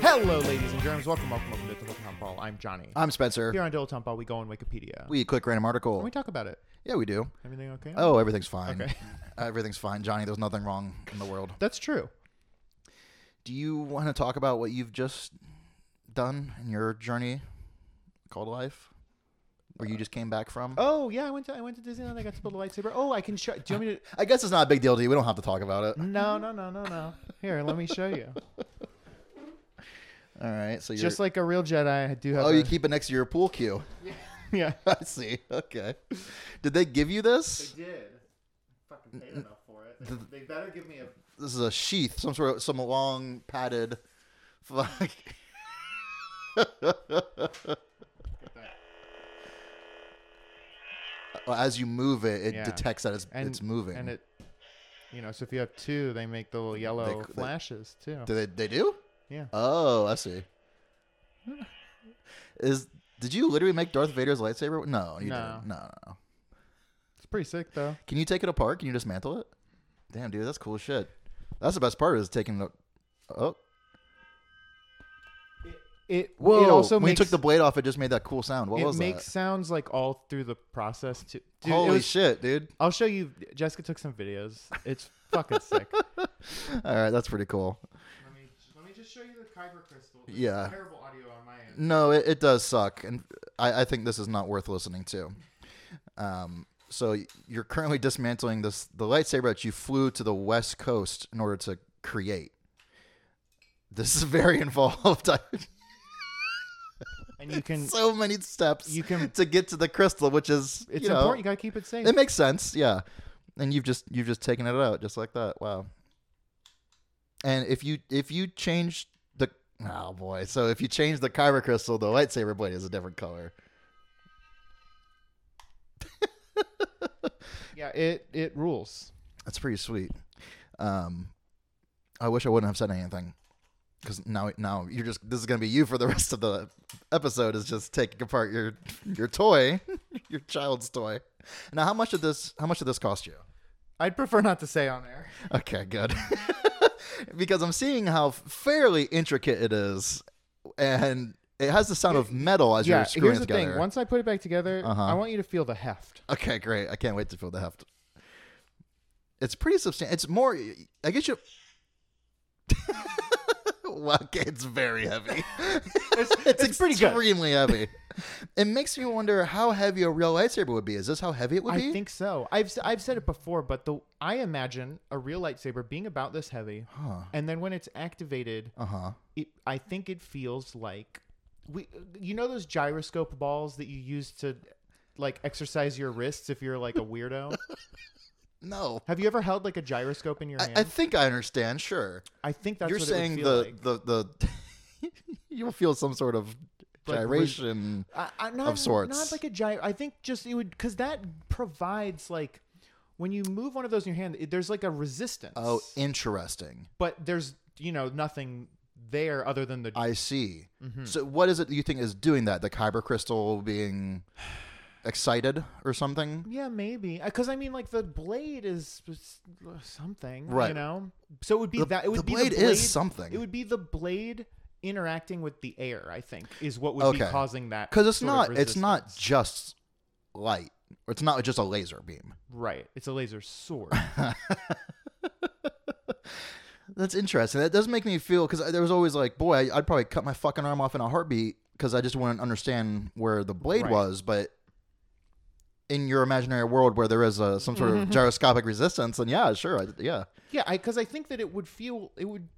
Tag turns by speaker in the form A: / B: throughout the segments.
A: Hello, ladies and germs. Welcome, welcome, welcome to Dilettante Ball. I'm Johnny.
B: I'm Spencer.
A: Here on Dilettante Ball, we go on Wikipedia.
B: Uh, We click random article.
A: Can we talk about it?
B: yeah, we do.
A: Everything okay?
B: Oh, everything's fine.
A: Okay.
B: everything's fine, Johnny. There's nothing wrong in the world.
A: That's true.
B: Do you want to talk about what you've just done in your journey called life, or you just came back from?
A: Oh yeah, I went to I went to Disneyland. I got to build a lightsaber. Oh, I can show. Do you want me to?
B: I guess it's not a big deal to you. We don't have to talk about it.
A: No, no, no, no, no. Here, let me show you.
B: All right. So you're
A: Mm-hmm. Just like a real Jedi, I do have.
B: oh,
A: a,
B: you keep it next to your pool cue.
A: Yeah.
B: I see. Okay. Did they give you this?
A: Did fucking paid enough for it? They better give me a.
B: This is a sheath, some sort of some long padded. Fuck. Well, as you move it, it
A: Yeah.
B: detects that it's it's moving.
A: And it, you know, so if you have two, they make the little yellow
B: they-
A: flashes too.
B: do they they do?
A: yeah.
B: Oh, I see. Is did you literally make Darth Vader's lightsaber? No, you
A: No.
B: didn't. No, no, no.
A: It's pretty sick though.
B: Can you take it apart? Can you dismantle it? Damn, dude, that's cool as shit. That's the best part is taking the. Oh,
A: It.
B: whoa!
A: It also
B: when
A: makes
B: you took the blade off, it just made that cool sound. What
A: it
B: was
A: makes
B: that?
A: sounds like all through the process to dude, it
B: Holy
A: was-
B: shit, dude!
A: I'll show you Jessica took some videos. It's fucking sick. Let
B: All right, that's pretty cool.
A: me let me just show you the Kyber crystal.
B: This is Yeah.
A: Terrible audio on my end.
B: No, it, it does suck, and I, I think this is not worth listening to. Um, so y- you're currently dismantling this the lightsaber that you flew to the west coast in order to create. This is very involved. I-
A: And you can
B: so many steps
A: You can-
B: to get to the crystal, which is
A: it's
B: you know,
A: important, you gotta keep it safe.
B: It makes sense, yeah. And you've just you've just taken it out just like that. Wow. And if you if you change the oh boy, so if you change the kyber crystal, the lightsaber blade is a different color.
A: yeah, it it rules.
B: That's pretty sweet. Um, I wish I wouldn't have said anything because now now you're just this is gonna be you for the rest of the episode is just taking apart your your toy, your child's toy. Now, how much of this how much did this cost you?
A: I'd prefer not to say on air.
B: Okay, good. because I'm seeing how fairly intricate it is, and it has the sound of metal as
A: yeah,
B: you're screwing
A: here's
B: it
A: the
B: together.
A: thing. Once I put it back together,
B: Uh-huh.
A: I want you to feel the heft.
B: okay, great. I can't wait to feel the heft. It's pretty substantial. It's more. I guess you. well, okay, it's very heavy.
A: It's, pretty good.
B: Extremely heavy. It makes me wonder how heavy a real lightsaber would be. Is this how heavy it would be?
A: I think so. I've s- I've said it before, but the I imagine a real lightsaber being about this heavy,
B: Huh.
A: and then when it's activated,
B: Uh huh.
A: it, I think it feels like we you know those gyroscope balls that you use to like exercise your wrists if you're like a weirdo.
B: No.
A: Have you ever held like a gyroscope in your hand?
B: I, I think I understand. Sure.
A: I think that's
B: you're
A: what
B: saying
A: it would feel
B: the,
A: like.
B: the the you'll feel some sort of
A: Like,
B: gyration.
A: I, I, not,
B: sorts.
A: Not like a gyro. I think just it would because that provides like when you move one of those in your hand, it, there's like a resistance.
B: oh, interesting.
A: but there's you know nothing there other than the
B: I see. So, what is it you think is doing that? The kyber crystal being excited or something?
A: Yeah, maybe. Because I mean, like the blade is s- something, You
B: Right.
A: know, so it would be
B: The-
A: that. It would
B: the
A: be
B: blade
A: the
B: is
A: blade
B: something.
A: It would be the blade interacting with the air. I think is what would be
B: Okay.
A: causing that.
B: Because it's
A: sort of
B: not. It's not
A: resistance.
B: just light. Or It's not just a laser beam.
A: right. It's a laser sword.
B: That's interesting. That does make me feel because there was always like, boy, I'd probably cut my fucking arm off in a heartbeat because I just wouldn't understand where the blade
A: Right.
B: was. But in your imaginary world where there is a, some sort
A: Mm-hmm.
B: of gyroscopic resistance, and yeah, sure, I, yeah,
A: yeah, because I, think that it would feel. It would.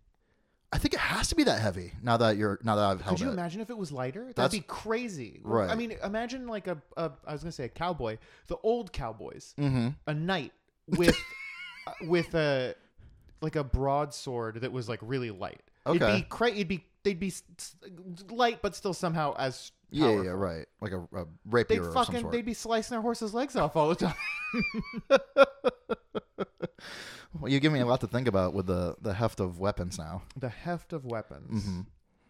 B: I think it has to be that heavy now that you're now that I've held
A: Could you
B: it.
A: imagine if it was lighter? That'd
B: That's-
A: be crazy.
B: Right.
A: I mean, imagine like a, a I was gonna say a cowboy, the old cowboys,
B: Mm-hmm.
A: a knight with uh, with a like a broadsword that was like really light. It'd
B: Okay.
A: be cra- It'd be they'd be s- s- light, but still somehow as
B: yeah, yeah,
A: powerful.
B: yeah, right. Like a, a
A: They'd
B: rapier or some
A: fucking
B: sort.
A: they'd be slicing their horses' legs off all the time.
B: Well, you give me a lot to think about with the the heft of weapons now.
A: the heft of weapons. Mm-hmm.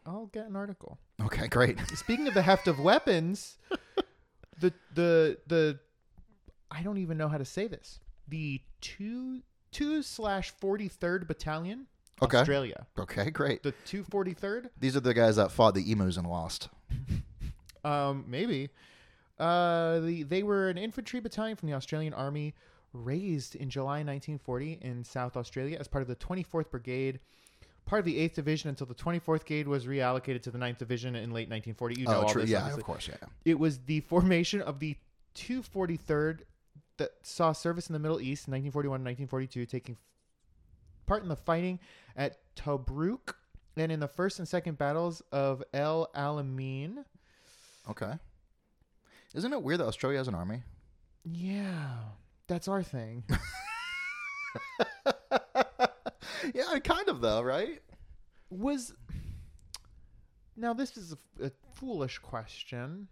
A: I'll get an article.
B: Okay, great.
A: Speaking of the heft of weapons, the the the I don't even know how to say this. The two two slash forty third battalion,
B: Okay.
A: Australia.
B: Okay, great.
A: The two forty third,
B: These are the guys that fought the emus and lost.
A: um, maybe. Uh, the, they were an infantry battalion from the Australian Army, raised in July 1940 in South Australia as part of the 24th Brigade, part of the 8th Division until the 24th Brigade was reallocated to the 9th Division in late 1940. You know
B: oh,
A: all
B: true.
A: this,
B: yeah,
A: obviously.
B: of course. Yeah.
A: It was the formation of the 243rd that saw service in the Middle East in 1941 and 1942, taking part in the fighting at Tobruk and in the first and second battles of El Alamein.
B: Okay. Isn't it weird that Australia has an army?
A: Yeah, that's our thing.
B: yeah, kind of though, right?
A: Was now this is a, a foolish question.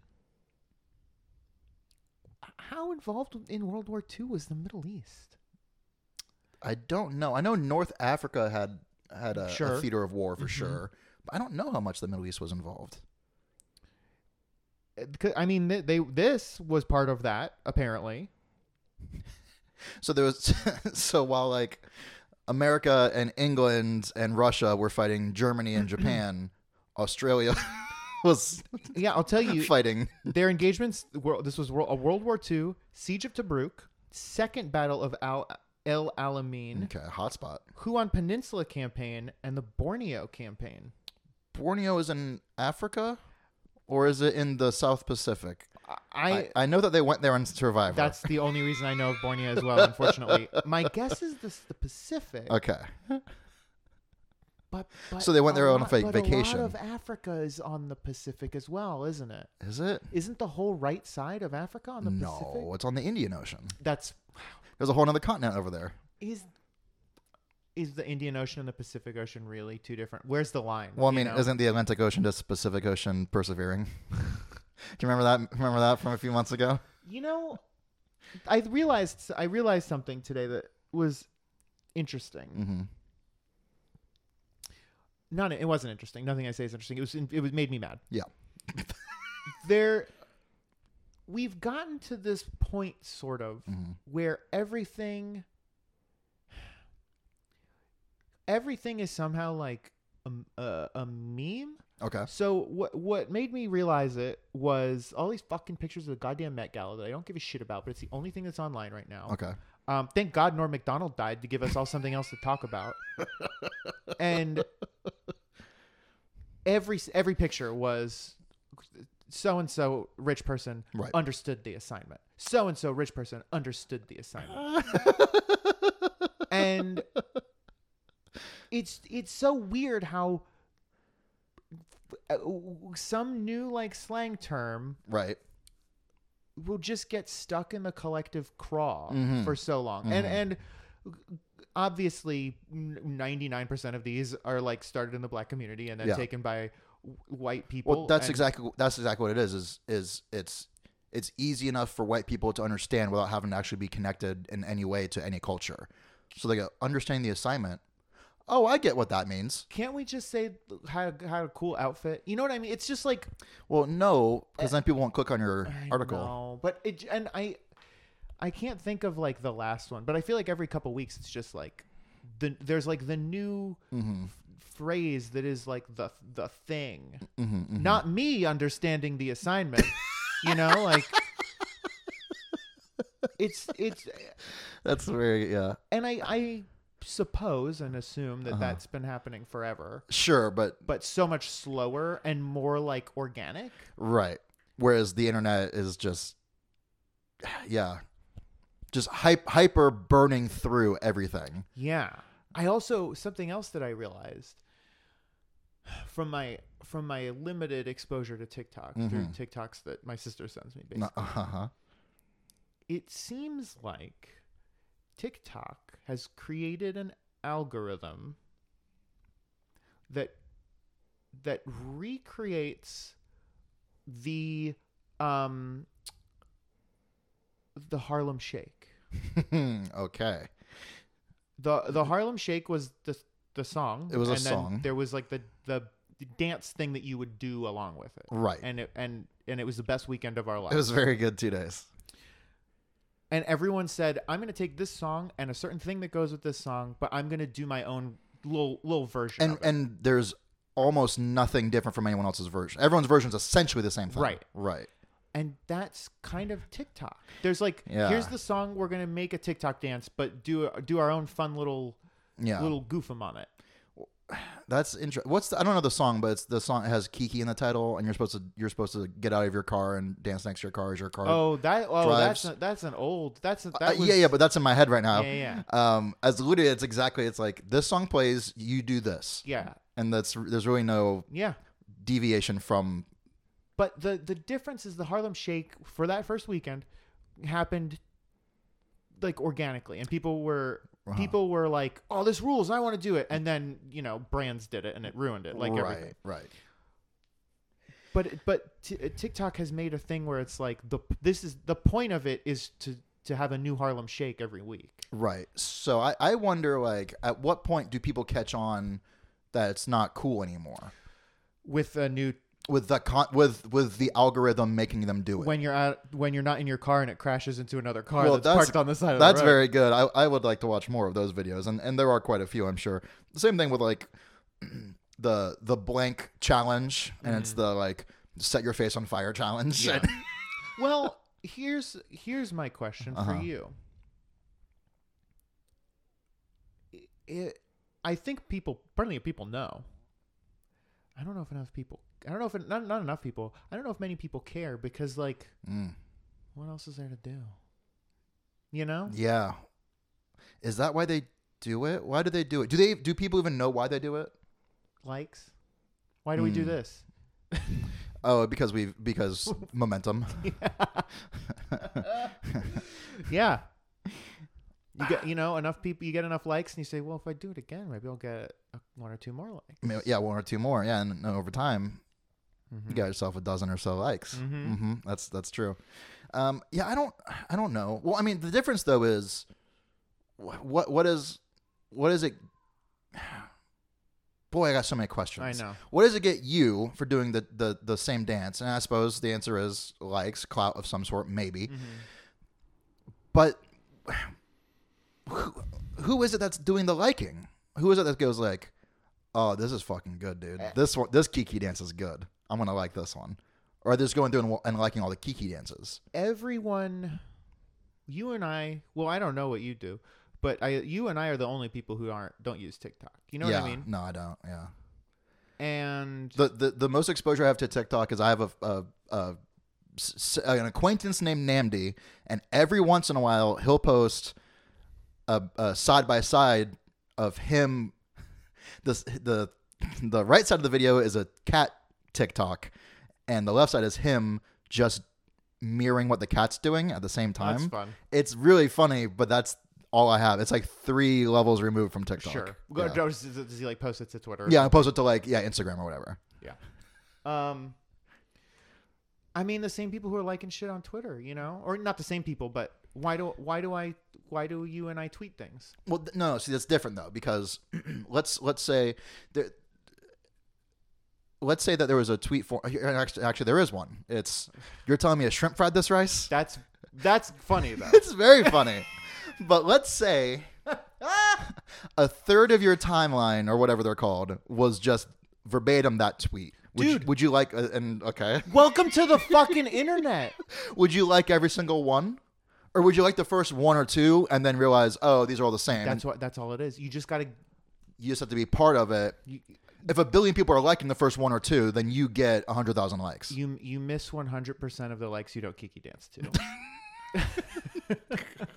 A: How involved in World War II was the Middle East?
B: I don't know. I know North Africa had had a, a
A: Sure.
B: theater of war for sure, but I don't know how much the Middle East was involved.
A: Uh, because- I mean, they, they this was part of that apparently.
B: So there was so while like America and England and Russia were fighting Germany and Japan, Australia was
A: Yeah, I'll tell you.
B: fighting.
A: Their engagements. were- This was world, a World War II siege of Tobruk, second battle of Al El Alamein,
B: Okay, hotspot.
A: Huon Peninsula campaign, and the Borneo campaign.
B: Borneo is in Africa, or is it in the South Pacific?
A: I,
B: I, I know that they went there on Survivor.
A: that's the only reason I know of Borneo as well. Unfortunately, my guess is this the Pacific.
B: okay.
A: But, but
B: So they went there on a
A: lot-
B: fake
A: but
B: vacation.
A: A lot of Africa is on the Pacific as well, isn't it?
B: Is it?
A: Isn't the whole right side of Africa on the Pacific?
B: No, it's on the Indian Ocean.
A: That's
B: There's a whole other continent over there.
A: is is the Indian Ocean and the Pacific Ocean really two different? Where's the line?
B: Well, I
A: you
B: mean,
A: know?
B: isn't the Atlantic Ocean just Pacific Ocean persevering? Do you remember that? Remember that from a few months ago?
A: you know, I realized I realized something today that was interesting.
B: Mhm.
A: Not it wasn't interesting. Nothing I say is interesting. It was it was made me mad.
B: Yeah.
A: There, we've gotten to this point sort of where everything everything is somehow like a, a, a meme
B: Okay.
A: So what what made me realize it was all these fucking pictures of the goddamn Met Gala that I don't give a shit about, but it's the only thing that's online right now.
B: Okay.
A: Um, thank God Norm Macdonald died to give us all something else to talk about. and every every picture was so and so rich person
B: Right.
A: understood the assignment. So and so rich person understood the assignment. and it's it's so weird how uh, some new like slang term
B: Right.
A: will just get stuck in the collective craw
B: Mm-hmm.
A: for so long. And and obviously 99% of these are like started in the black community and then
B: Yeah.
A: taken by w- white people.
B: Well, that's
A: and-
B: exactly that's exactly what it is. Is is it's it's easy enough for white people to understand without having to actually be connected in any way to any culture. So they go understand the assignment. Oh, I get what that means.
A: Can't we just say had had a cool outfit? You know what I mean? It's just like
B: Well, no, because then people won't click on your
A: Eh, I
B: article.
A: know, but it and I I can't think of like the last one, but I feel like every couple weeks it's just like the there's like the new
B: Mm-hmm.
A: f- phrase that is like the the thing.
B: Mm-hmm.
A: Not me understanding the assignment, you know, like it's it's
B: That's very yeah.
A: and I I suppose and assume that that's been happening forever,
B: Sure, but
A: but so much slower and more like organic.
B: Right. Whereas the internet is just, yeah, just hype, hyper burning through everything.
A: Yeah. I also something else that I realized from my from my limited exposure to TikTok through TikToks that my sister sends me. Basically,
B: No, uh-huh.
A: it seems like TikTok has created an algorithm that that recreates the um the Harlem Shake.
B: okay.
A: The the Harlem Shake was the the song.
B: It was a
A: and then
B: song.
A: There was like the the dance thing that you would do along with it.
B: Right.
A: And it and and it was the best weekend of our lives.
B: It was very good two days.
A: and everyone said, "I'm going to take this song and a certain thing that goes with this song, but I'm going to do my own little little version."
B: And
A: of it.
B: and there's almost nothing different from anyone else's version. Everyone's version is essentially the same thing.
A: Right.
B: Right.
A: and that's kind of TikTok. There's like,
B: Yeah.
A: here's the song we're going to make a TikTok dance, but do do our own fun little
B: Yeah.
A: little goof 'em on it.
B: That's interesting. What's the, I don't know the song, but it's the song it has Kiki in the title, and you're supposed to you're supposed to get out of your car and dance next to your car as your car.
A: Oh, that oh
B: drives-
A: that's a, that's an old that's a,
B: Uh,
A: that was,
B: yeah, yeah, but that's in my head right now.
A: Yeah, yeah.
B: Um, as literally, it's exactly. It's like this song plays, you do this,
A: yeah
B: and that's there's really no
A: yeah.
B: deviation from.
A: But the the difference is the Harlem Shake for that first weekend happened like organically, and people were people were like, "Oh, this rules! I want to do it." And then you know, brands did it, and it ruined it, like
B: right,
A: everything.
B: right.
A: But it- but t- uh, TikTok has made a thing where it's like the this is the point of it is to to have a new Harlem Shake every week.
B: Right. So I, I wonder like at what point do people catch on that it's not cool anymore
A: With a new
B: with the con- with with the algorithm making them do it.
A: when you're out when you're not in your car and it crashes into another car
B: Well,
A: that's, parked on the side of
B: That's
A: the road.
B: very good. I, I would like to watch more of those videos, and, and there are quite a few, I'm sure. The same thing with like the the blank challenge, and it's the like set your face on fire challenge.
A: well here's here's my question for you I- it, i think people plenty of people know i don't know if enough people i don't know if not, not enough people i don't know if many people care because like
B: Mm,
A: what else is there to do you know
B: yeah, is that why they do it? Why do they do it? Do they do people even know why they do it?
A: likes why do we do this
B: Oh, because we've because momentum.
A: yeah you get you know enough people you get enough likes and you say well if i do it again maybe i'll get uh, one or two more likes
B: Maybe- yeah, one or two more. Yeah, and, and over time, you got yourself a dozen or so likes. Mm-hmm. That's that's true. Um, yeah, I don't I don't know. Well, I mean, the difference though is wh- what what is what is it? Boy, I got so many questions.
A: I know.
B: What does it get you for doing the the, the same dance? And I suppose the answer is likes, clout of some sort, maybe.
A: Mm-hmm.
B: But who, who is it that's doing the liking? Who is it that goes like, "Oh, this is fucking good, dude.
A: Eh.
B: This one, this Kiki dance is good. I'm gonna like this one," or they're just going through and, wa- and liking all the Kiki dances.
A: everyone you and I well I don't know what you do but I you and I are the only people who aren't don't use TikTok you know
B: yeah,
A: what I mean
B: no, I don't. Yeah,
A: and
B: the, the the most exposure I have to TikTok is I have a, a, a s- s- an acquaintance named Namdi, and every once in a while he'll post a, a side by side of him. This the the right side of the video is a cat TikTok, and the left side is him just mirroring what the cat's doing at the same time.
A: that's fun
B: It's really funny, but that's all I have. It's like three levels removed from TikTok.
A: sure Go-
B: Yeah.
A: does, does he like post it to Twitter
B: Yeah, I post it to like yeah Instagram or whatever.
A: yeah um I mean the same people who are liking shit on Twitter you know or not the same people but why do why do I why do you and I tweet things
B: Well, th- no, see that's different though because let's let's say there, let's say that there was a tweet for actually actually there is one. It's you're telling me a shrimp fried this rice.
A: that's that's funny though
B: It's very funny, but let's say a third of your timeline or whatever they're called was just verbatim that tweet. Would You,
A: Dude.
B: would you like uh, and okay?
A: welcome to the fucking internet
B: Would you like every single one? Or would you like the first one or two and then realize, oh, these are all the same?
A: that's what that's all it is you just got to
B: you just have to be part of it. if a billion people are liking the first one or two, then you get hundred thousand likes.
A: You you miss one hundred percent of the likes you don't kiki dance to.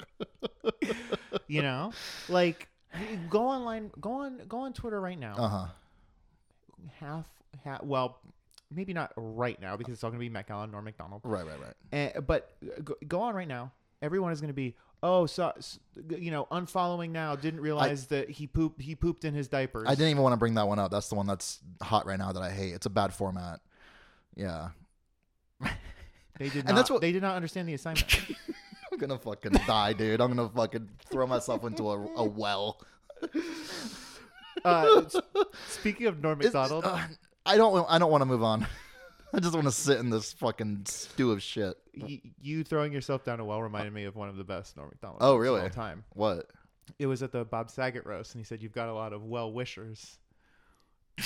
A: you
B: Uh-huh.
A: know, like go online, go on, go on Twitter right now.
B: Uh huh.
A: half, half well, maybe not right now because it's all going to be Matt Gallen, Norm McDonald.
B: Right, right, right.
A: And, but go, go on right now. Everyone is going to be oh, so s- you know, unfollowing now. Didn't realize that he pooped. He pooped in his diapers.
B: I didn't even want to bring that one up. That's the one that's hot right now that I hate. It's a bad format. Yeah.
A: They did.
B: And
A: not,
B: that's what-
A: they did not understand the assignment.
B: I'm gonna fucking die, dude. I'm gonna fucking throw myself into a, a well.
A: uh, s- speaking of Norm
B: It's-
A: McDonald,
B: uh, I don't. I don't want to move on. I just want to sit in this fucking stew of shit.
A: y- you throwing yourself down a well reminded me of one of the best Norm McDonald.
B: Oh,
A: jokes of
B: really?
A: All time.
B: What?
A: It was at the Bob Saget roast, and he said, "You've got a lot of well wishers.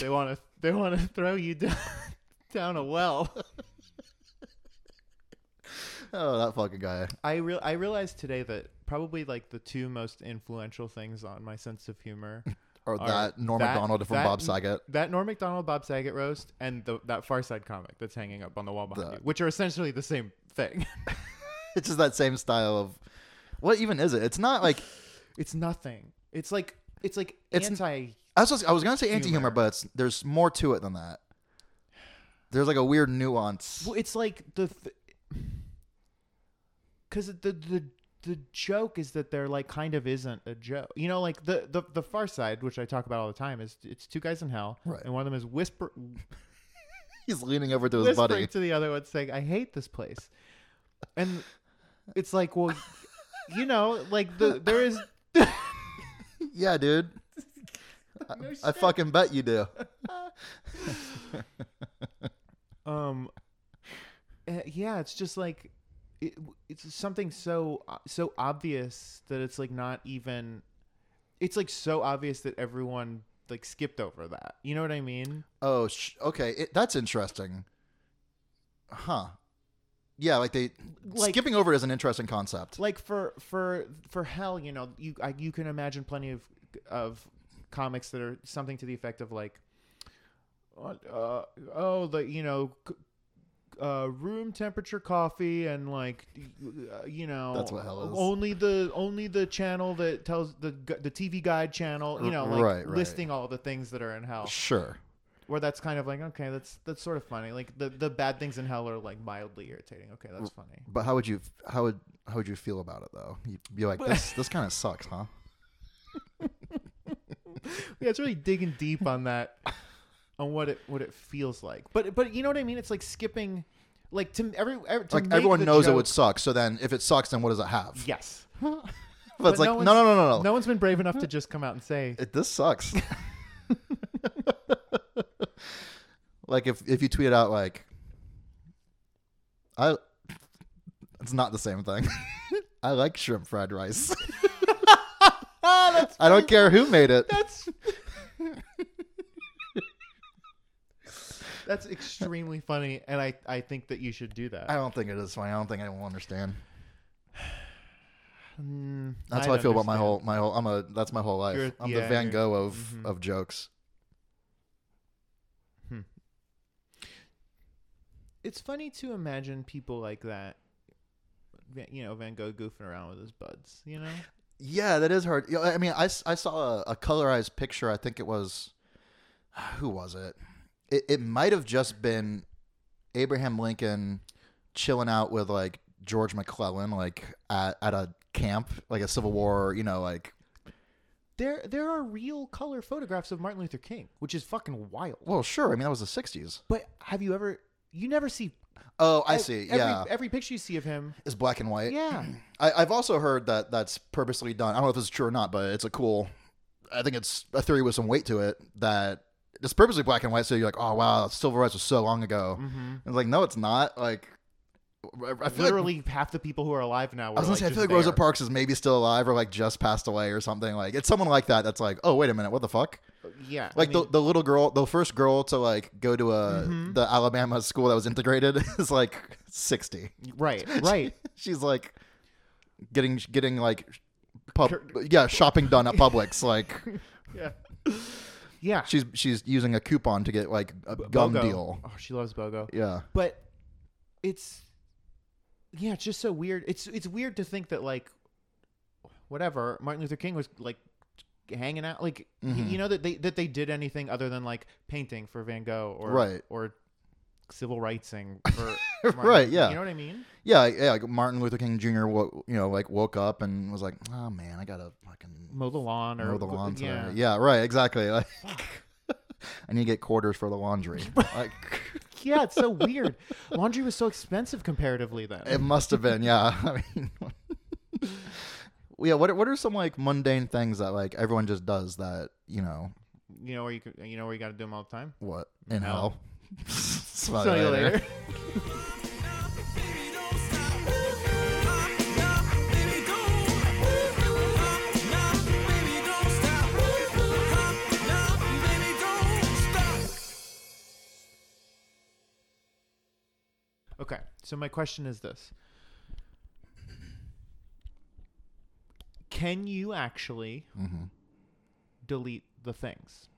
A: They want to. They want to throw you down, down a well."
B: Oh, that fucking guy.
A: I real I realized today that probably like the two most influential things on my sense of humor
B: Or
A: All
B: that
A: right.
B: Norm
A: That-
B: Macdonald from
A: that-
B: Bob Saget.
A: that Norm Macdonald Bob Saget roast and the, that Far Side comic that's hanging up on the wall behind
B: The-
A: you, which are essentially the same thing.
B: It's just that same style of. What even is it? It's not like
A: it's nothing. It's like it's like
B: It's-
A: anti.
B: I was, I was gonna say anti humor,
A: Humor.
B: but it's, there's more to it than that. There's like a weird nuance.
A: Well, it's like the because the the the joke is that there like kind of isn't a joke. You know, like the the the Far Side, which I talk about all the time, is it's two guys in hell,
B: Right.
A: and one of them is whisper
B: He's leaning over to his
A: whispering
B: buddy.
A: to the other one saying, "I hate this place," and it's like, well, you know, like the there is
B: Yeah, dude. I, I fucking bet you do.
A: um, uh, yeah, it's just like it, it's something so uh, so obvious that it's like not even. It's like so obvious that everyone like skipped over that. You know what I mean?
B: Oh, sh- okay. It, that's interesting. Huh. Yeah, like they
A: Like-
B: skipping over it is an interesting concept.
A: like for for for hell you know you I, you can imagine plenty of of comics that are something to the effect of like uh, oh the you know c- uh, room temperature coffee and like uh, you know
B: That's what hell is.
A: only the only the channel that tells the gu- the TV guide channel you know like
B: Right, right.
A: listing all the things that are in hell
B: Sure.
A: where that's kind of like okay that's that's sort of funny like the the bad things in hell are like mildly irritating okay that's funny
B: But how would you how would how would you feel about it though? You'd be like this this kind of sucks, huh?
A: yeah, it's really digging deep on that, on what it what it feels like. But but you know what I mean? It's like skipping, like to every, every to
B: Like
A: make
B: everyone
A: the
B: knows
A: joke,
B: it would suck. So then if it sucks then what does it have?
A: Yes,
B: but it's
A: but
B: like
A: no
B: no no
A: one's-
B: no no no.
A: no one's been brave enough to just come out and say
B: It, this sucks. like if if you tweet out like I it's not the same thing. I like shrimp fried rice. I don't care who made it.
A: "Ah, that's. That's extremely funny, and I, I think that you should do that.
B: I don't think it is funny. I don't think anyone will understand.
A: Mm,
B: That's
A: I'd
B: how I feel about my
A: understand.
B: whole my whole I'm a that's my whole life.
A: You're-
B: I'm
A: yeah,
B: the Van
A: you're-
B: Gogh of
A: mhm.
B: of jokes.
A: It's funny to imagine people like that, Van- you know, Van Gogh goofing around with his buds. You know,
B: Yeah, that is hard. You know, I mean, I, s- I saw a, a colorized picture. I think it was, who was it? It, it might have just been Abraham Lincoln chilling out with like George McClellan, like at, at a camp, like a Civil War, you know, like,
A: There, there are real color photographs of Martin Luther King, which is fucking wild.
B: well, sure. I mean, that was the 60s.
A: But have you ever? You never see.
B: Oh, I
A: ev-
B: see.
A: Every,
B: yeah.
A: Every picture you see of him.
B: it's black and white.
A: Yeah.
B: I, I've also heard that that's purposely done. I don't know if it's true or not, but it's a cool. I think it's a theory with some weight to it that it's purposely black and white. So you're like, oh wow, civil rights was so long ago.
A: Mm-hmm.
B: It's like, no, it's not. Like, I, I feel like,
A: Literally half the people who are alive now.
B: I was
A: were,
B: gonna say, I
A: just
B: feel like
A: there.
B: Rosa Parks is maybe still alive or like just passed away or something. Like, it's someone like that that's like, oh wait a minute, what the fuck?
A: Yeah.
B: Like
A: I
B: the
A: mean, Mm-hmm.
B: the little girl, the first girl to like go to a the Alabama school that was integrated is like sixty.
A: right, right.
B: she's like getting getting like pub
A: Cur-
B: yeah shopping done at Publix like
A: yeah. Yeah.
B: she's she's using a coupon to get like a gum
A: Bogo.
B: deal
A: Oh, she loves Bogo.
B: yeah
A: But it's yeah, it's just so weird. It's it's weird to think that like whatever Martin Luther King was like hanging out. Like y-
B: Mhm.
A: you know that they that they did anything other than like painting for Van Gogh or
B: Right.
A: or civil rightsing for Martin
B: Right,
A: Luther-
B: yeah.
A: You know what I mean?
B: Yeah, like- yeah. Like Martin Luther King Jr. Wo- you know, like woke up and was like, "Oh man, I gotta fucking
A: Mow the lawn or
B: mow the lawn today."
A: Yeah.
B: Yeah, right. Exactly. Like, I need to get quarters for the laundry. like,
A: Yeah, it's so weird. Laundry was so expensive comparatively then.
B: it must have been. Yeah. I mean, yeah. What are- What are some like mundane things that like everyone just does that you know
A: you know where you could, you know where you got to do them all the time.
B: what in
A: No.
B: hell? Smell
A: So you later.
C: Baby, don't stop. Nah, baby, don't. Nah, baby, don't stop. Nah, baby, don't stop.
A: Okay. So my question is this. Can you actually delete the things?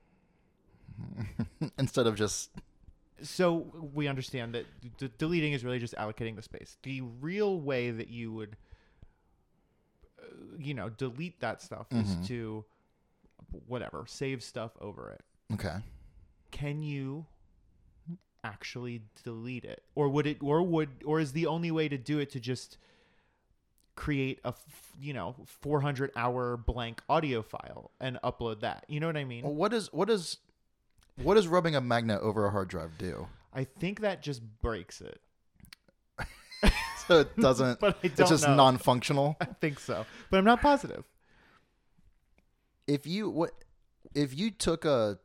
B: Instead of just
A: So we understand that d- deleting is really just allocating the space. The real way that you would, uh, you know, delete that stuff is to, whatever, save stuff over it.
B: okay.
A: Can you actually delete it, or would it, or would, or is the only way to do it to just create a, f- you know, four hundred hour blank audio file and upload that? You know what I mean?
B: Well, what is what is what does rubbing a magnet over a hard drive do?
A: I think that just breaks it.
B: So it doesn't.
A: But I don't
B: it's just
A: know.
B: non-functional.
A: I think so, but I'm not positive.
B: if you what if you took a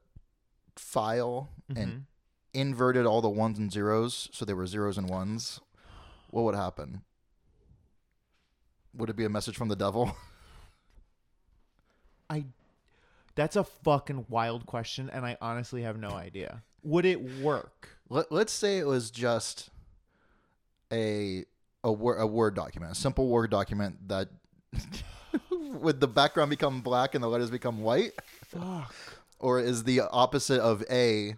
B: file
A: Mm-hmm.
B: and inverted all the ones and zeros so they were zeros and ones what would happen would it be a message from the devil
A: I that's a fucking wild question and I honestly have no idea. Would it work?
B: Let, let's say it was just a a word a word document a simple word document that would the background become black and the letters become white
A: Fuck.
B: or is the opposite of a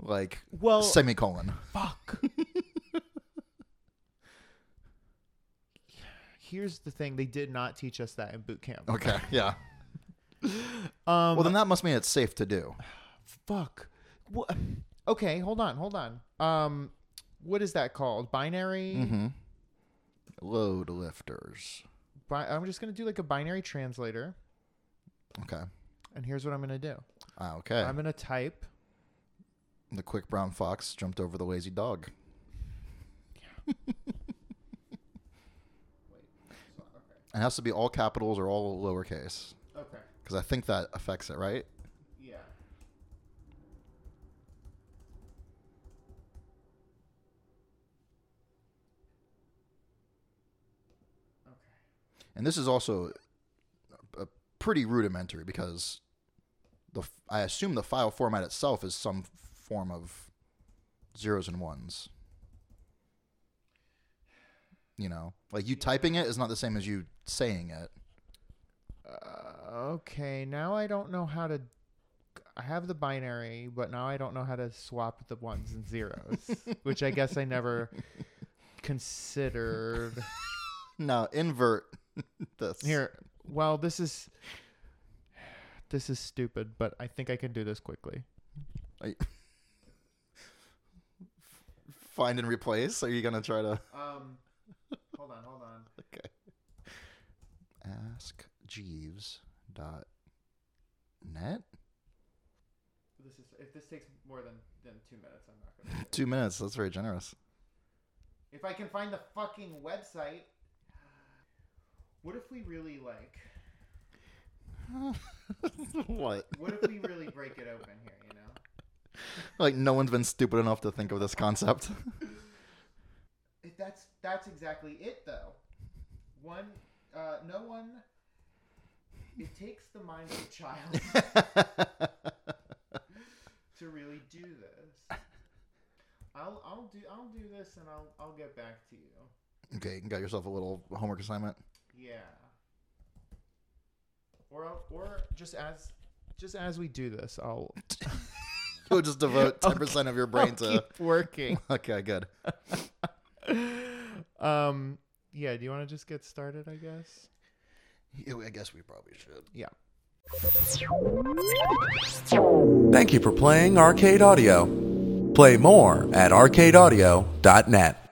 B: like
A: Well-
B: semicolon
A: Fuck. Here's the thing, they did not teach us that in boot camp.
B: okay yeah
A: Um
B: well then that must mean it's safe to do
A: fuck. Wha- okay, hold on, hold on. Um what is that called? Binary
B: Mm-hmm. load lifters.
A: bi- I'm just going to do like a binary translator
B: Okay.
A: and here's what I'm going to do.
B: Ah, okay.
A: I'm going to type
B: the quick brown fox jumped over the lazy dog. it has to be all capitals or all lowercase
A: Okay.
B: because I think that affects it, right?
A: Yeah.
B: And this is also a pretty rudimentary because the f- I assume the file format itself is some form of zeros and ones. You know, like you typing it is not the same as you saying it.
A: Okay, now I don't know how to. I have the binary, but now I don't know how to swap the ones and zeros, which I guess I never considered.
B: No, invert this.
A: Here, well, this is this is stupid, but I think I can do this quickly.
B: I- Find and replace. Are you gonna try to?
A: Um, hold on, hold on.
B: Okay. Ask Jeeves dot net.
A: This is if this takes more than than two minutes, I'm not gonna.
B: Two minutes. That's very generous.
A: If I can find the fucking website, what if we really like?
B: what?
A: What if we really break it open here? You know.
B: Like no one's been stupid enough to think of this concept.
A: If that's that's exactly it though. One, uh, no one. It takes the mind of a child to really do this. I'll I'll do I'll do this and I'll I'll get back to you.
B: okay, you got yourself a little homework assignment.
A: Yeah. Or I'll, or just as just as we do this, I'll
B: You'll just devote ten percent of your brain
A: I'll
B: to.
A: keep working.
B: Okay, good.
A: um. Yeah. Do you want to just get started? I guess.
B: Yeah, I guess we probably should.
A: Yeah.
D: Thank you for playing Arcade Audio. Play more at arcadeaudio.net.